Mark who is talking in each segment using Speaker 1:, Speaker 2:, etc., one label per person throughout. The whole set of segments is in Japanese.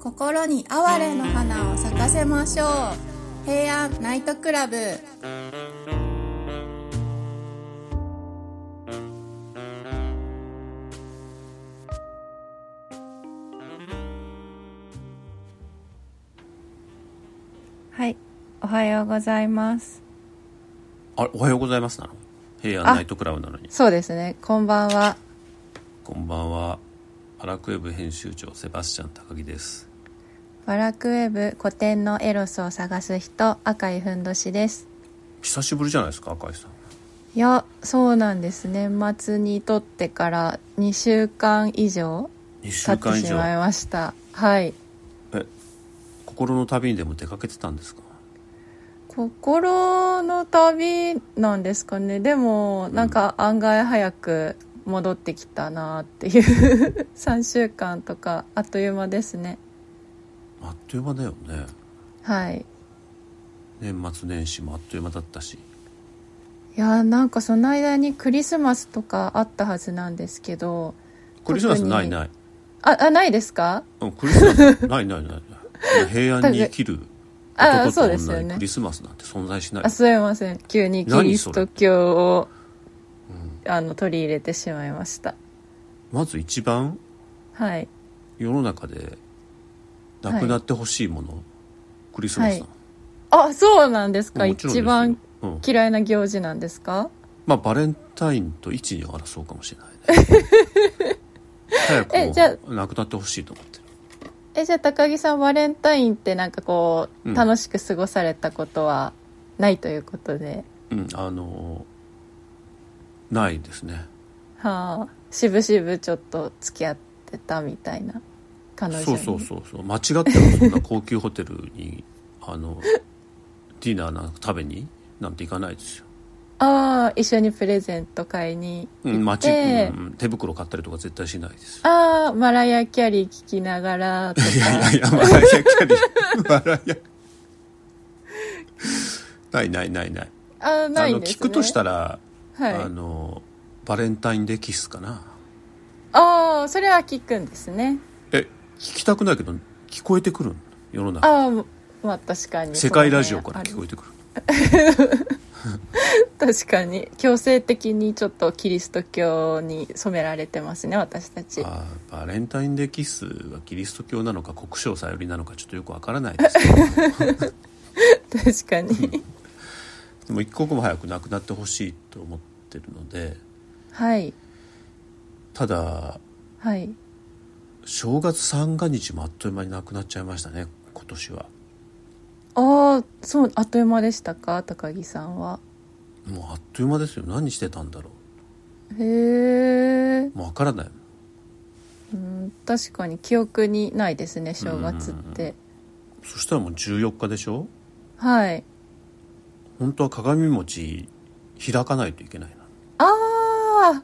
Speaker 1: 心に哀れの花を咲かせましょう平安ナイトクラブ
Speaker 2: はい、おはようございます。
Speaker 3: あれ、おはようございますなの平安ナイトクラブなのに。
Speaker 2: そうですね、こんばんは。
Speaker 3: こんばんは。アラクエブ編集長、セバスチャン高木です。
Speaker 2: ワラクウェブ古典のエロスを探す人、赤いふんどしです。
Speaker 3: 久しぶりじゃないですか、赤井さん。
Speaker 2: いや、そうなんです。年末に撮ってから2週間以上
Speaker 3: 2週
Speaker 2: 経っ
Speaker 3: 間
Speaker 2: て
Speaker 3: 以
Speaker 2: しまい
Speaker 3: 上。
Speaker 2: ました。はい。
Speaker 3: え、心の旅にでも出かけてたんですか
Speaker 2: 心の旅なんですかね。でも、なんか案外早く戻ってきたなっていう 3週間とかあっという間ですね。
Speaker 3: あっという間だよね。
Speaker 2: はい。
Speaker 3: 年末年始もあっという間だったし。
Speaker 2: いやーなんかその間にクリスマスとかあったはずなんですけど
Speaker 3: クリスマス
Speaker 2: 特に
Speaker 3: ないない。
Speaker 2: ああないですか
Speaker 3: うん、クリスマス ないないないない。平安に生きる
Speaker 2: あ
Speaker 3: 男と
Speaker 2: そうですよ
Speaker 3: 女に
Speaker 2: ね
Speaker 3: クリスマスなんて存在しない
Speaker 2: あ。すいません急にキリスト教を
Speaker 3: うん
Speaker 2: あの取り入れてしまいました
Speaker 3: まず一番
Speaker 2: はい
Speaker 3: 世の中でなくなってほしいもの、クリスマスなの。
Speaker 2: あそうなんですか
Speaker 3: もちろんです
Speaker 2: 一
Speaker 3: よ
Speaker 2: 番、
Speaker 3: うん
Speaker 2: 嫌いな行事なんですか
Speaker 3: まあ、バレンタインと一に争うかもしれないね 早く
Speaker 2: えじゃ
Speaker 3: もうなくなってほしいと思ってる
Speaker 2: えじゃあ高木さんバレンタインってなんかこう、
Speaker 3: うん
Speaker 2: 楽しく過ごされたことはないということで
Speaker 3: うんあのーないですね
Speaker 2: はあしぶしぶちょっと付き合ってたみたいな彼女に
Speaker 3: そうそうそうそう間違ってもそんな高級ホテルに あのディナーなんか食べになんて行かないですよ、
Speaker 2: ああ一緒にプレゼント買いに
Speaker 3: うん
Speaker 2: 行っ
Speaker 3: 街
Speaker 2: て、
Speaker 3: うんうん手袋買ったりとか絶対しないですよ
Speaker 2: ああマライア・キャリー聞きながらとか
Speaker 3: いやいやいやマライアキャ リーマライアないないないない
Speaker 2: ああない
Speaker 3: あ
Speaker 2: ん
Speaker 3: の
Speaker 2: です、ね、
Speaker 3: 聞くとした
Speaker 2: ら
Speaker 3: ら、
Speaker 2: はい
Speaker 3: あのバレンタインデーキスかな
Speaker 2: ああそれは聞くんですね
Speaker 3: え聞きたくないけど聞こえてくるの世の中
Speaker 2: ああまあ確かに
Speaker 3: 世界ラジオから聞こ
Speaker 2: え
Speaker 3: えてくる
Speaker 2: 確かに強制的にちょっとキリスト教に染められてますね私たち
Speaker 3: あーバレンタインデーキスはキリスト教なのか国生さよりなのかちょっとよくわからない ですけど
Speaker 2: 確かに
Speaker 3: でも一刻も早くなくなってほしいと思ってるので
Speaker 2: はい
Speaker 3: ただ
Speaker 2: はい
Speaker 3: 正月三が日もあっという間になくなっちゃいましたね今年は
Speaker 2: ああそうあっという間でしたか高木さんは
Speaker 3: もうあっという間ですよ何してたんだろ
Speaker 2: へえ
Speaker 3: うもうわからない
Speaker 2: うん確かに記憶にないですね正月って
Speaker 3: そしたらもう14日でしょ
Speaker 2: はい
Speaker 3: 本当は鏡餅開かないといけないな
Speaker 2: ああ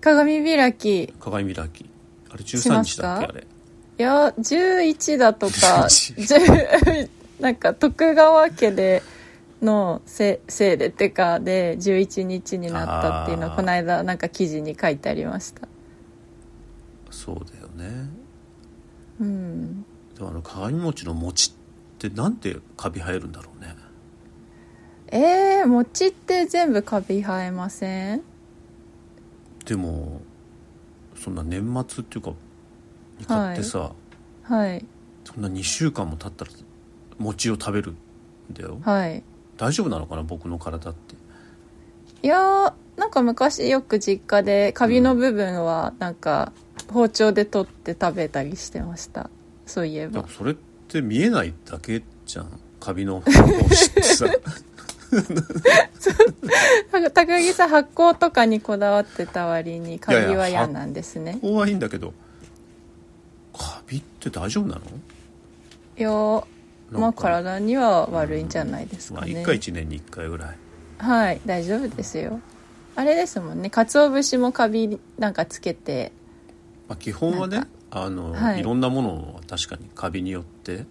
Speaker 2: 鏡開きい
Speaker 3: 鏡開きあれ
Speaker 2: し
Speaker 3: 13
Speaker 2: ま
Speaker 3: 日
Speaker 2: す
Speaker 3: だ
Speaker 2: か
Speaker 3: っけあれ
Speaker 2: や11だとか10 なんか徳川家でのせせいでてかで11日になったっていうの
Speaker 3: あ
Speaker 2: は
Speaker 3: ー
Speaker 2: この間なんか記事に書いてありました
Speaker 3: そうだよね
Speaker 2: うん
Speaker 3: でもあの鏡餅の餅ってなんてカビ生えるんだろうね
Speaker 2: えー、餅って全部カビ生えません
Speaker 3: でもそんな年末っていうかに買ってさ、
Speaker 2: はい
Speaker 3: そんな2週間も経ったら餅を食べるんだよ
Speaker 2: はい
Speaker 3: 大丈夫なのかな僕の体って
Speaker 2: いやーなんか昔よく実家でカビの部分はなんか包丁で取って食べたりしてましたそういえ
Speaker 3: だ
Speaker 2: ば
Speaker 3: からそれって見えないだけじゃんカビの餅って さ
Speaker 2: なんか高木さん発酵とかにこだわってた割にカビは嫌なんですね
Speaker 3: ここはいいんだけどカビって大丈夫なの
Speaker 2: いやーま
Speaker 3: な
Speaker 2: あ
Speaker 3: んか
Speaker 2: 体には悪いんじゃないです
Speaker 3: ま
Speaker 2: か
Speaker 3: あ、1
Speaker 2: ね
Speaker 3: 回1年に1回ぐらい
Speaker 2: はい大丈夫ですよあれですもんね鰹節もカビなんかつけて
Speaker 3: まあ、基本は
Speaker 2: なん
Speaker 3: ね
Speaker 2: か
Speaker 3: あの、
Speaker 2: はい
Speaker 3: い、ろんなものは確かにカビによって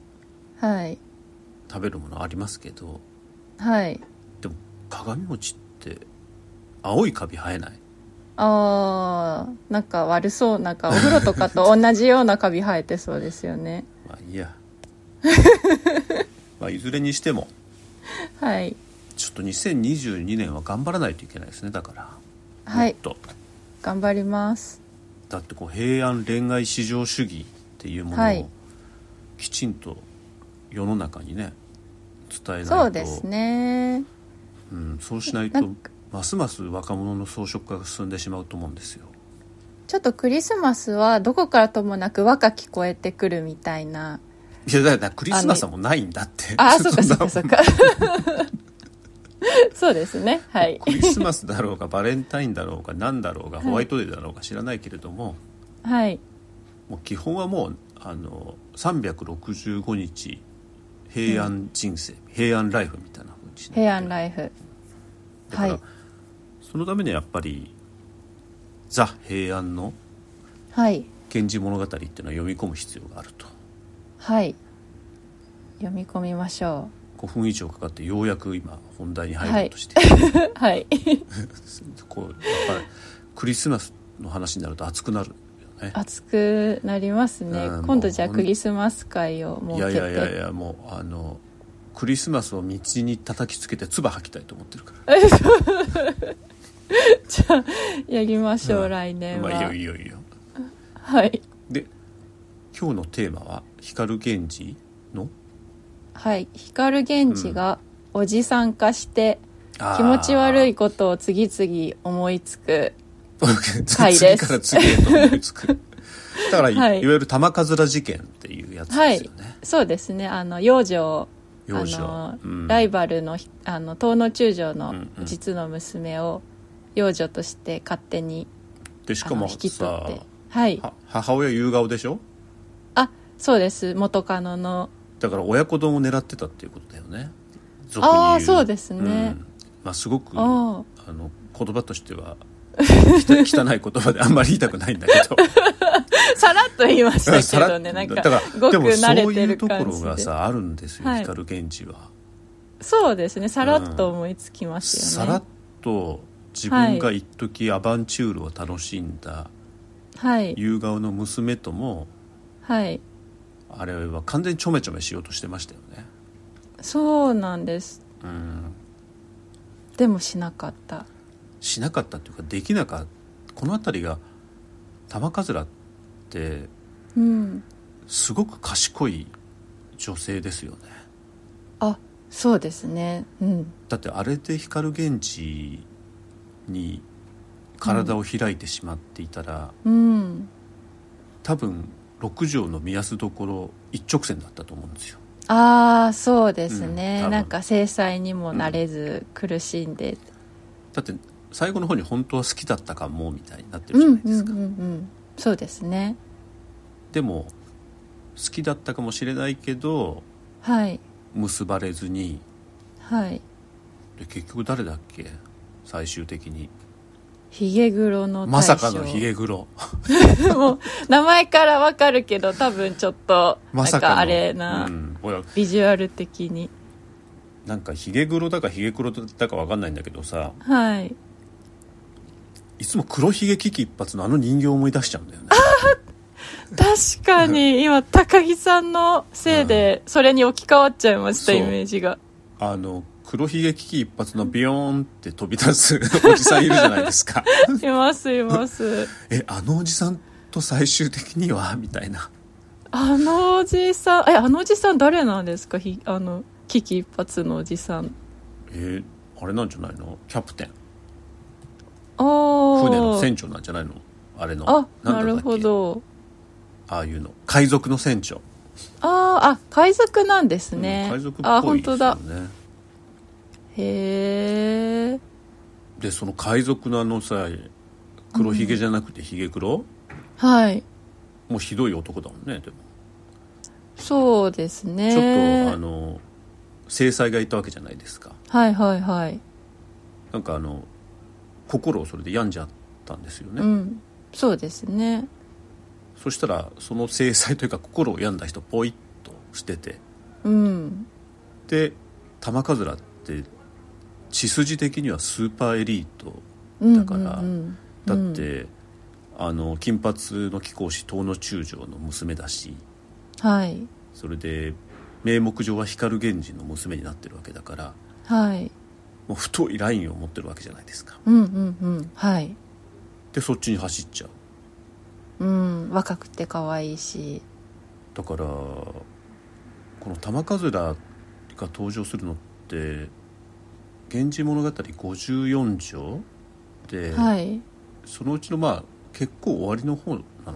Speaker 2: はい
Speaker 3: 食べるものありますけど
Speaker 2: はい
Speaker 3: でも鏡餅って青いカビ生えない
Speaker 2: あーなんか悪そうなんかお風呂とかと同じようなカビ生えてそうですよね
Speaker 3: まあいい やまあいずれにしても
Speaker 2: はい
Speaker 3: ちょっと2022年は頑張らないといけないですねだから
Speaker 2: はい
Speaker 3: もっと
Speaker 2: 頑張ります
Speaker 3: だってこう平安恋愛至上主義っていうものを、
Speaker 2: はい
Speaker 3: きちんと世の中にね伝えないと
Speaker 2: そうですね
Speaker 3: うん、そうしないと
Speaker 2: なんか
Speaker 3: ますます若者の装飾化が進んでしまうと思うんですよ
Speaker 2: ちょっとクリスマスはどこからともなく和歌聞こえてくるみたいない
Speaker 3: やだからクリスマスはもうないんだって
Speaker 2: ああ
Speaker 3: ちょ
Speaker 2: そ
Speaker 3: っ
Speaker 2: っ
Speaker 3: と
Speaker 2: かそっかそっか そうですねはい
Speaker 3: クリスマスだろうがバレンタインだろうが何だろうがホワイトデーだろうが知らないけれども、
Speaker 2: はい
Speaker 3: もう基本はもうあの365日平安人生、平安ライフみたいな風にしない
Speaker 2: 平安ライフ
Speaker 3: だから、
Speaker 2: はい
Speaker 3: そのためにはやっぱりザ平安の
Speaker 2: はい
Speaker 3: 「源氏物語」っていうのは読み込む必要があると
Speaker 2: はい読み込みましょ
Speaker 3: 5分以上かかってようやく今本題に入ろうとして、
Speaker 2: う はい
Speaker 3: こうやっぱりクリスマスの話になると熱くなるよね
Speaker 2: 熱くなりますね
Speaker 3: うん
Speaker 2: 今度じゃあ
Speaker 3: もう
Speaker 2: クリスマス会を
Speaker 3: い
Speaker 2: 設
Speaker 3: やい
Speaker 2: け
Speaker 3: やいやい
Speaker 2: て
Speaker 3: やもうあのクリスマスを道に叩きつけて唾吐きたいと思ってる から
Speaker 2: やりましょ
Speaker 3: う
Speaker 2: うん来年
Speaker 3: まあいいよ
Speaker 2: はい
Speaker 3: いよいいよ
Speaker 2: はい
Speaker 3: で今日のテーマは「光源氏の
Speaker 2: はい光源氏がおじさん化して気持ち 悪いことを次々思いつく
Speaker 3: 回
Speaker 2: で
Speaker 3: 次
Speaker 2: す
Speaker 3: から次へと思いつ くだからい,、
Speaker 2: はい
Speaker 3: わゆる玉かずら事件っていうやつですよね、
Speaker 2: そうですねあの幼女
Speaker 3: 幼女
Speaker 2: あの、
Speaker 3: うん
Speaker 2: ライバルのひあの東能中将の
Speaker 3: うんうん
Speaker 2: 実の娘を幼女として勝手に、
Speaker 3: でしか
Speaker 2: あの
Speaker 3: も
Speaker 2: 引き取
Speaker 3: さ
Speaker 2: ってはい
Speaker 3: は母親夕顔でしょ
Speaker 2: あそうです元カノの
Speaker 3: だから親子丼を狙ってたっていうことだよね俗に言
Speaker 2: ああそうですね
Speaker 3: うんまあ、すごくあ
Speaker 2: あ
Speaker 3: の言葉としては汚汚い言葉であんまり言いたくないんだ けど
Speaker 2: さらっと言いまし た
Speaker 3: さ
Speaker 2: け
Speaker 3: ら
Speaker 2: ど
Speaker 3: っ
Speaker 2: ね
Speaker 3: と
Speaker 2: なんか
Speaker 3: だから
Speaker 2: ごく
Speaker 3: でも
Speaker 2: 慣
Speaker 3: そう
Speaker 2: れて
Speaker 3: いう
Speaker 2: る
Speaker 3: とこ
Speaker 2: 感
Speaker 3: ろ
Speaker 2: じ
Speaker 3: が
Speaker 2: で
Speaker 3: さあるんですよ、
Speaker 2: はい
Speaker 3: 光源氏は
Speaker 2: そうですねさらっと思いつきます
Speaker 3: さ
Speaker 2: よね、
Speaker 3: らっと自分が一時アバンチュールを楽しんだ
Speaker 2: はい
Speaker 3: 夕顔の娘とも
Speaker 2: はい
Speaker 3: あれは完全にちょめちょめしようとしてましたよね
Speaker 2: そうなんです
Speaker 3: うん
Speaker 2: でもしなかった
Speaker 3: しなかったというかできなかったこの辺りが玉かずらって
Speaker 2: うん
Speaker 3: すごく賢い女性ですよね
Speaker 2: あそうですねうん
Speaker 3: だってあれで光源氏に体を開いてしまっていたら、
Speaker 2: うん
Speaker 3: 多分六条の見やすどころ一直線だったと思うんですよ
Speaker 2: ああそうですね、
Speaker 3: うん多分
Speaker 2: なんか制裁にもなれず苦しんで、
Speaker 3: だって最後の方に本当は好きだったかもみたいになって
Speaker 2: う
Speaker 3: る
Speaker 2: ん、
Speaker 3: じゃなんいで
Speaker 2: うう
Speaker 3: す
Speaker 2: ん
Speaker 3: か、
Speaker 2: うんそうですね
Speaker 3: でも好きだったかもしれないけど
Speaker 2: はい
Speaker 3: 結ばれずに
Speaker 2: はい
Speaker 3: で結局誰だっけ最終的に
Speaker 2: ヒゲグロの大将
Speaker 3: まさかのヒゲ 黒
Speaker 2: もう名前からわかるけど多分ちょっとな
Speaker 3: ま
Speaker 2: ん
Speaker 3: さかの
Speaker 2: かあれな、
Speaker 3: うん、おや
Speaker 2: ビジュアル的に
Speaker 3: なんかヒゲ黒だかヒゲ黒だかわかんないんだけどさ
Speaker 2: はい
Speaker 3: いつも黒ひげ危機一髪のあの人形を思い出しちゃうんだよね
Speaker 2: 確かに今高木さんのせいでそれに置き換わっちゃいまし
Speaker 3: そ
Speaker 2: た、
Speaker 3: う
Speaker 2: イメージが
Speaker 3: あの黒ひげ危機一髪のビヨーンって飛び出す おじさんいるじゃないです か
Speaker 2: いますいます
Speaker 3: えあのおじさんと最終的にはみたいな
Speaker 2: あのおじさんえあのおじさん誰なんですかひあの危機一髪のおじさん
Speaker 3: えーあれなんじゃないのキャプテン
Speaker 2: お
Speaker 3: 船の
Speaker 2: ー
Speaker 3: 船長なんじゃないのあれの
Speaker 2: あ
Speaker 3: なんだ
Speaker 2: な
Speaker 3: ったっけ
Speaker 2: るほど
Speaker 3: ああいうの海賊の船長、
Speaker 2: あーあ海賊なんですね、
Speaker 3: うん海賊っ
Speaker 2: あ
Speaker 3: ぽいです
Speaker 2: 本当
Speaker 3: よ
Speaker 2: だ
Speaker 3: ね
Speaker 2: へえ
Speaker 3: でその海賊のあのさ黒ひげじゃなくてひげ黒、
Speaker 2: はい
Speaker 3: もうひどい男だもんねでも
Speaker 2: そうですね
Speaker 3: ちょっと、あの制裁がいたわけじゃないですか
Speaker 2: はいはいはい、
Speaker 3: なんかあの心をそれで病んじゃったんですよね、
Speaker 2: うんそうですね
Speaker 3: そしたらその制裁というか心を病んだ人ポイッとしてて
Speaker 2: うん
Speaker 3: で玉かずらって血筋的にはスーパーエリート
Speaker 2: うん
Speaker 3: だから
Speaker 2: うん
Speaker 3: だって、あの金髪の貴公子東野中将の娘だし
Speaker 2: うんはい
Speaker 3: それで名目上は光源氏の娘になってるわけだから
Speaker 2: はい
Speaker 3: もう太いラインを持ってるわけじゃないですか
Speaker 2: うんうんうんはい
Speaker 3: でそっちに走っちゃう
Speaker 2: うん若くて可愛いし
Speaker 3: だからこの玉数らが登場するのって「源氏物語54条」で、
Speaker 2: はい
Speaker 3: そのうちのまあ結構終わりの方なの、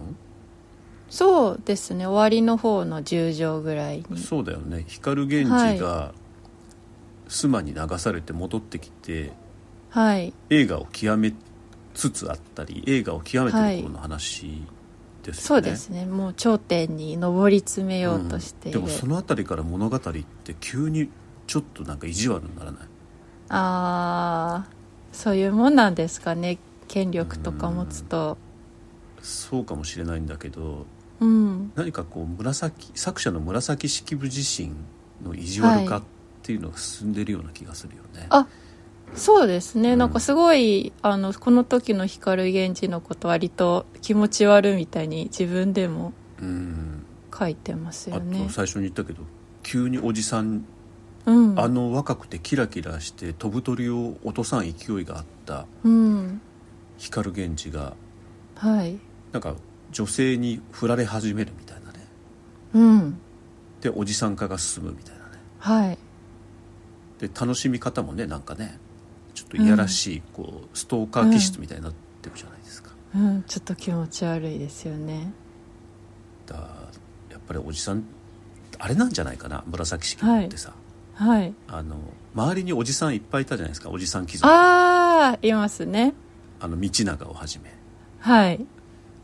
Speaker 2: そうですね終わりの方の10畳ぐらいに
Speaker 3: そうだよね光源氏が妻に流されて戻ってきて、
Speaker 2: はい
Speaker 3: 映画を極めつつあったり映画を極めてる頃の話です
Speaker 2: そ
Speaker 3: よ
Speaker 2: う
Speaker 3: ね、
Speaker 2: ですねもう頂点に上り詰めようとしている、
Speaker 3: うんでもその辺りから物語って急にちょっとなんか意地悪にならない
Speaker 2: ああそういうもんなんですかね権力とか持つと
Speaker 3: そうかもしれないんだけど
Speaker 2: うん
Speaker 3: 何かこう紫作者の紫式部自身の意地悪化っていうのが進んでるような気がするよね、
Speaker 2: あそうですね、
Speaker 3: うん
Speaker 2: なんかすごいあのこの時の光源氏のこと割と気持ち悪いみたいに自分でも
Speaker 3: うん
Speaker 2: 書いてますよ
Speaker 3: あと
Speaker 2: ね
Speaker 3: 最初に言ったけど急におじさん、
Speaker 2: うん
Speaker 3: あの若くてキラキラして飛ぶ鳥を落とさん勢いがあった
Speaker 2: うん
Speaker 3: 光源氏が
Speaker 2: はい
Speaker 3: なんか女性に振られ始めるみたいなね
Speaker 2: うん
Speaker 3: でおじさん化が進むみたいなね
Speaker 2: はい
Speaker 3: で楽しみ方もねなんかねちょっといやらしい、こうストーカー気質みたいになってるじゃないですか、
Speaker 2: うん、ちょっと気持ち悪いですよね
Speaker 3: だやっぱりおじさんあれなんじゃないかな紫式部ってさ、
Speaker 2: はい
Speaker 3: あの周りにおじさんいっぱいいたじゃないですかおじさん貴族あ
Speaker 2: ああいますね
Speaker 3: の道長をはじめ
Speaker 2: はい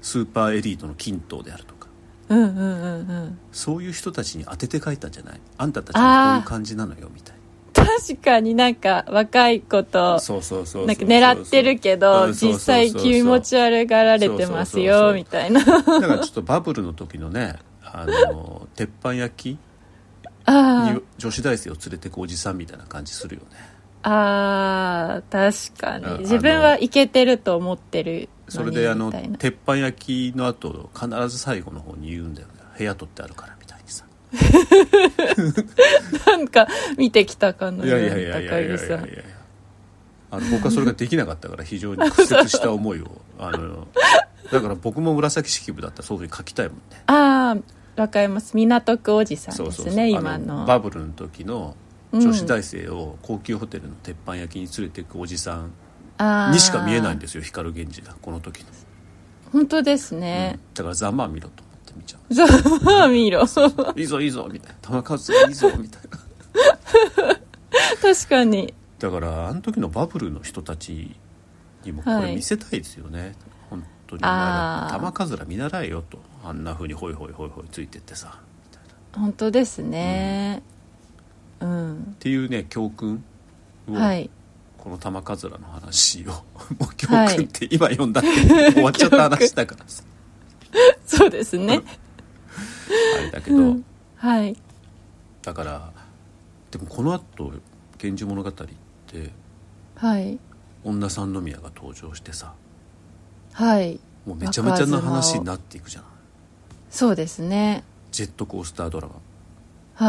Speaker 3: スーパーエリートの均等であるとか
Speaker 2: うんうんうんうん
Speaker 3: そういう人たちに当てて書いたんじゃないあんたたちはこういう感じなのよみたい
Speaker 2: 確かになんか若い子と
Speaker 3: なそうそうそうそう
Speaker 2: なんか狙ってるけ
Speaker 3: う
Speaker 2: ど
Speaker 3: んそうそう
Speaker 2: 実
Speaker 3: そう
Speaker 2: 際気持ち悪がられてます
Speaker 3: そうそうそうそ
Speaker 2: よ
Speaker 3: う
Speaker 2: みた いな
Speaker 3: だからちょっとバブルの時のねあの鉄板焼き
Speaker 2: あ
Speaker 3: に女子大生を連れてくおじさんみたいな感じするよね
Speaker 2: ああー確か
Speaker 3: うん
Speaker 2: に自分はイケてると思ってる
Speaker 3: そ
Speaker 2: の
Speaker 3: れ
Speaker 2: に
Speaker 3: であの
Speaker 2: みたいな
Speaker 3: 鉄板焼きの後必ず最後の方に言うんだよね部屋取ってあるからみたいにさ
Speaker 2: なんか見てきたかの
Speaker 3: い
Speaker 2: よ
Speaker 3: や
Speaker 2: う
Speaker 3: い
Speaker 2: に
Speaker 3: やいやいやいやい
Speaker 2: 高木
Speaker 3: やい
Speaker 2: さ
Speaker 3: や
Speaker 2: ん
Speaker 3: あの僕はそれができなかったから非常に屈折した思いをあのだから僕も紫式部だったらそういうふうに書きたいもんね
Speaker 2: ああわかります港区おじさん
Speaker 3: そう
Speaker 2: で
Speaker 3: そ
Speaker 2: す
Speaker 3: うそう
Speaker 2: ね
Speaker 3: あ
Speaker 2: 今
Speaker 3: の
Speaker 2: の
Speaker 3: バブルの時の女子大生を高級ホテルの鉄板焼きに連れていくおじさん
Speaker 2: あー
Speaker 3: にしか見えないんですよ光源氏がこの時の、
Speaker 2: 本当です
Speaker 3: う
Speaker 2: ね
Speaker 3: ん、だからざまあ見ろと思って見ちゃう
Speaker 2: ざまあ 見ろ確
Speaker 3: いいぞいいぞみたいな球数がいい ぞみたいな
Speaker 2: かに
Speaker 3: だからあの時のバブルの人たちにもこ
Speaker 2: は
Speaker 3: れ
Speaker 2: い
Speaker 3: 見せたいですよね、本当にお前
Speaker 2: あー
Speaker 3: ら球数ら見習えよとあんなふうにホイホイホイホイついてってさみたいなっ
Speaker 2: 本当ですねうん、
Speaker 3: ていうね教訓を、
Speaker 2: はい
Speaker 3: この玉数らの話を もう教
Speaker 2: はい
Speaker 3: 訓って今読んだって終わっちゃった話だから さ
Speaker 2: そうですね
Speaker 3: あれだけど、
Speaker 2: はい
Speaker 3: だからでもこのあと「源氏物語」って
Speaker 2: はい
Speaker 3: 女三宮が登場してさ
Speaker 2: はい
Speaker 3: もうめちゃめちゃな話になっていくじゃない
Speaker 2: そうですね
Speaker 3: ジェットコースタードラマ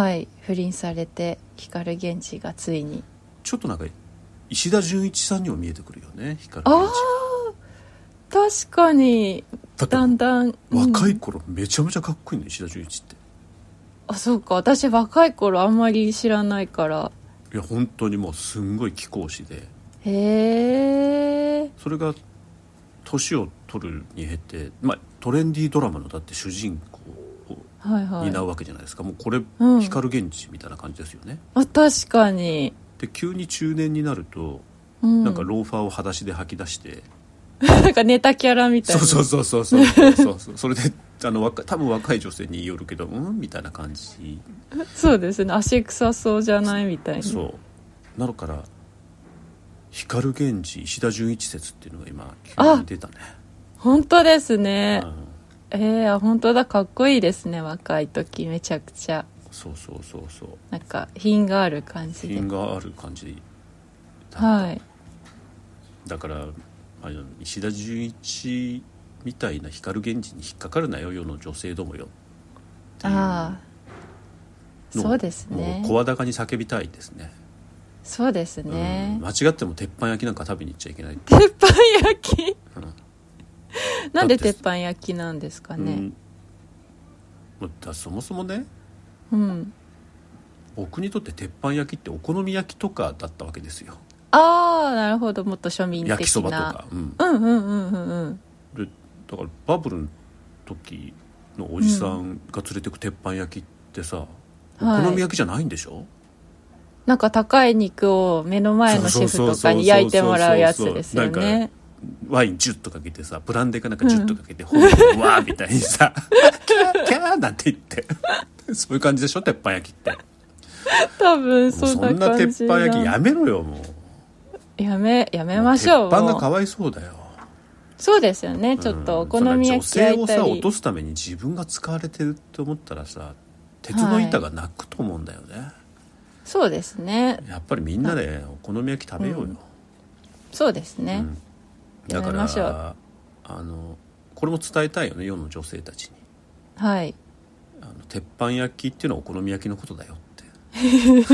Speaker 2: はい不倫されて光源氏がついに
Speaker 3: ちょっとなんか石田純一さんにも見えてくるよね光
Speaker 2: あ
Speaker 3: 源氏
Speaker 2: あ確かに
Speaker 3: だって
Speaker 2: だんだん
Speaker 3: 若
Speaker 2: う
Speaker 3: い
Speaker 2: ん
Speaker 3: 頃めちゃめちゃかっこいいの石田純一って
Speaker 2: あそうか私若い頃あんまり知らないから
Speaker 3: いや本当にもうすんごい貴公子で
Speaker 2: へえ
Speaker 3: それが年を取るに経て、まあ、トレンディードラマのだって主人公を
Speaker 2: はいはい
Speaker 3: 担うわけじゃないですか、もうこれ、
Speaker 2: うん
Speaker 3: 光源氏みたいな感じですよね
Speaker 2: あ確かに、
Speaker 3: で急に中年になると、
Speaker 2: うん、
Speaker 3: なんかローファーを裸足で吐き出して
Speaker 2: なんかネタキャラみたい
Speaker 3: そう
Speaker 2: な
Speaker 3: そうそうそうそうそうそうそれであの若多分若い女性によるけどうんみたいな感じ
Speaker 2: そうですね足臭そうじゃないみたいな
Speaker 3: そうなるから光源氏石田純一説っていうのが今急
Speaker 2: あ
Speaker 3: に出たね
Speaker 2: 本当ですね
Speaker 3: うん
Speaker 2: えー、あ本当だかっこいいですね若い時めちゃくちゃ
Speaker 3: そうそうそうそう
Speaker 2: なんか品がある感じで
Speaker 3: 品がある感じだ,、
Speaker 2: はい
Speaker 3: だからあの石田純一みたいな光源氏に引っかかるなよ世の女性どもよっていう
Speaker 2: ああ
Speaker 3: のを
Speaker 2: そうですね
Speaker 3: もう声高に叫びたいですね
Speaker 2: そうです
Speaker 3: うん
Speaker 2: ね、
Speaker 3: 間違っても鉄板焼きなんか食べに行っちゃいけない、
Speaker 2: 鉄板焼 き
Speaker 3: うん
Speaker 2: なんで鉄板焼きなんですか
Speaker 3: う
Speaker 2: ね
Speaker 3: んもうだそもそもね
Speaker 2: うん、
Speaker 3: 僕にとって鉄板焼きってお好み焼きとかだったわけですよ
Speaker 2: ああなるほどもっと庶民的な
Speaker 3: 焼きそばとか、うん、
Speaker 2: うんうんうんうんうん
Speaker 3: でだからバブルの時のおじさんが連れてく鉄板焼きってさ、
Speaker 2: はい
Speaker 3: お好み焼きじゃないんでしょ、
Speaker 2: なんか高い肉を目の前のシェフとかに焼いてもらうやつですよ
Speaker 3: そうそうそうそうなん
Speaker 2: ね
Speaker 3: かワインジュッとかけてさブランデーかなんかジュッとかけて、ほん、炎がわーみたいにさキャーキャーなんて言ってそういう感じでしょ鉄板焼きって
Speaker 2: 多分そ
Speaker 3: もうんそ
Speaker 2: な感
Speaker 3: ん
Speaker 2: じな
Speaker 3: な鉄板焼きやめろよもう
Speaker 2: やめやめましょう
Speaker 3: 鉄板がか
Speaker 2: もう
Speaker 3: わいそうだよ
Speaker 2: そうですよねちょっとお好み焼き焼
Speaker 3: うん
Speaker 2: い
Speaker 3: それ女
Speaker 2: た
Speaker 3: 性をさ落
Speaker 2: り
Speaker 3: とすために自分が使われてるって思ったらさ鉄の板が泣くと思うんだよね、
Speaker 2: そうですね
Speaker 3: やっぱりみんなでお好み焼き食べようよ、
Speaker 2: そうですね
Speaker 3: うんだか
Speaker 2: やめましょ
Speaker 3: ら
Speaker 2: う
Speaker 3: あのこれも伝えたいよね世の女性たちに
Speaker 2: はい
Speaker 3: あの鉄板焼きっていうのはお好み焼きのことだよって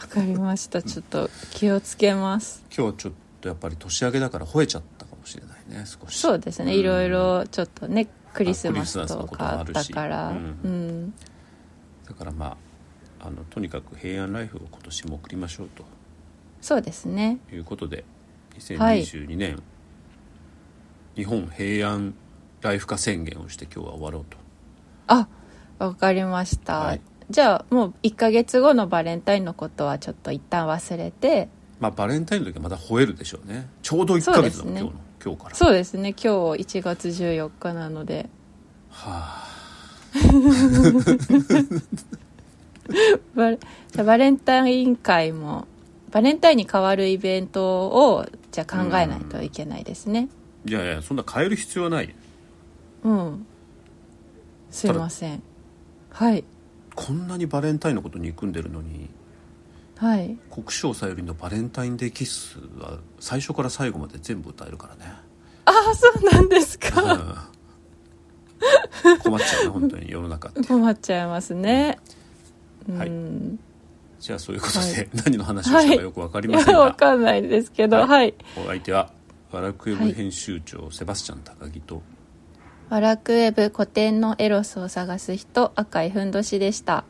Speaker 2: わかりましたちょっと気をつけます
Speaker 3: 今日はちょっとやっぱり年明けだから吠えちゃったかもしれないね少し
Speaker 2: そうですね
Speaker 3: ん
Speaker 2: いろいろちょっとねクリスマス
Speaker 3: あクリスマスのこ
Speaker 2: と
Speaker 3: とも
Speaker 2: かあ
Speaker 3: あ
Speaker 2: っ
Speaker 3: る
Speaker 2: た
Speaker 3: し
Speaker 2: から
Speaker 3: う
Speaker 2: うんん
Speaker 3: だからまああのとにかく平安ライフを今年も送りましょう
Speaker 2: そうですね
Speaker 3: ということで
Speaker 2: はい
Speaker 3: 2022年、日本平安ライフ化宣言をして今日は終わろうと
Speaker 2: あわかりました、
Speaker 3: はい
Speaker 2: じゃあもう1ヶ月後のバレンタインのことはちょっと一旦忘れて
Speaker 3: まあバレンタインの時はまた吠えるでしょうねちょうど1ヶ月だもん、
Speaker 2: そうです
Speaker 3: 今日
Speaker 2: ね
Speaker 3: の今日から
Speaker 2: そうですね今日1月14日なので
Speaker 3: はあ
Speaker 2: バレじゃあバレンタイン会もバレンタインに変わるイベントをじゃあ考えないといけないですね
Speaker 3: いやいやそんな変える必要はない
Speaker 2: うん、すいませんはい
Speaker 3: こんなにバレンタインのこと憎んでるのに
Speaker 2: はい
Speaker 3: 国生さゆりの「バレンタインデーキッス」は最初から最後まで全部歌えるからね、
Speaker 2: ああそうなんですか
Speaker 3: うん、困っちゃうね本当に世の中って
Speaker 2: 困っちゃいますねうん、
Speaker 3: はいじゃあそういうことで、
Speaker 2: は
Speaker 3: 何の話をしたかよく分かり
Speaker 2: い
Speaker 3: ま
Speaker 2: や
Speaker 3: せんが、
Speaker 2: わかんないですけど
Speaker 3: はい
Speaker 2: はい
Speaker 3: お相手はワラクエブ編集長セバスチャン高木と
Speaker 2: ワラクウェブ古典のエロスを探す人赤いふんどしでした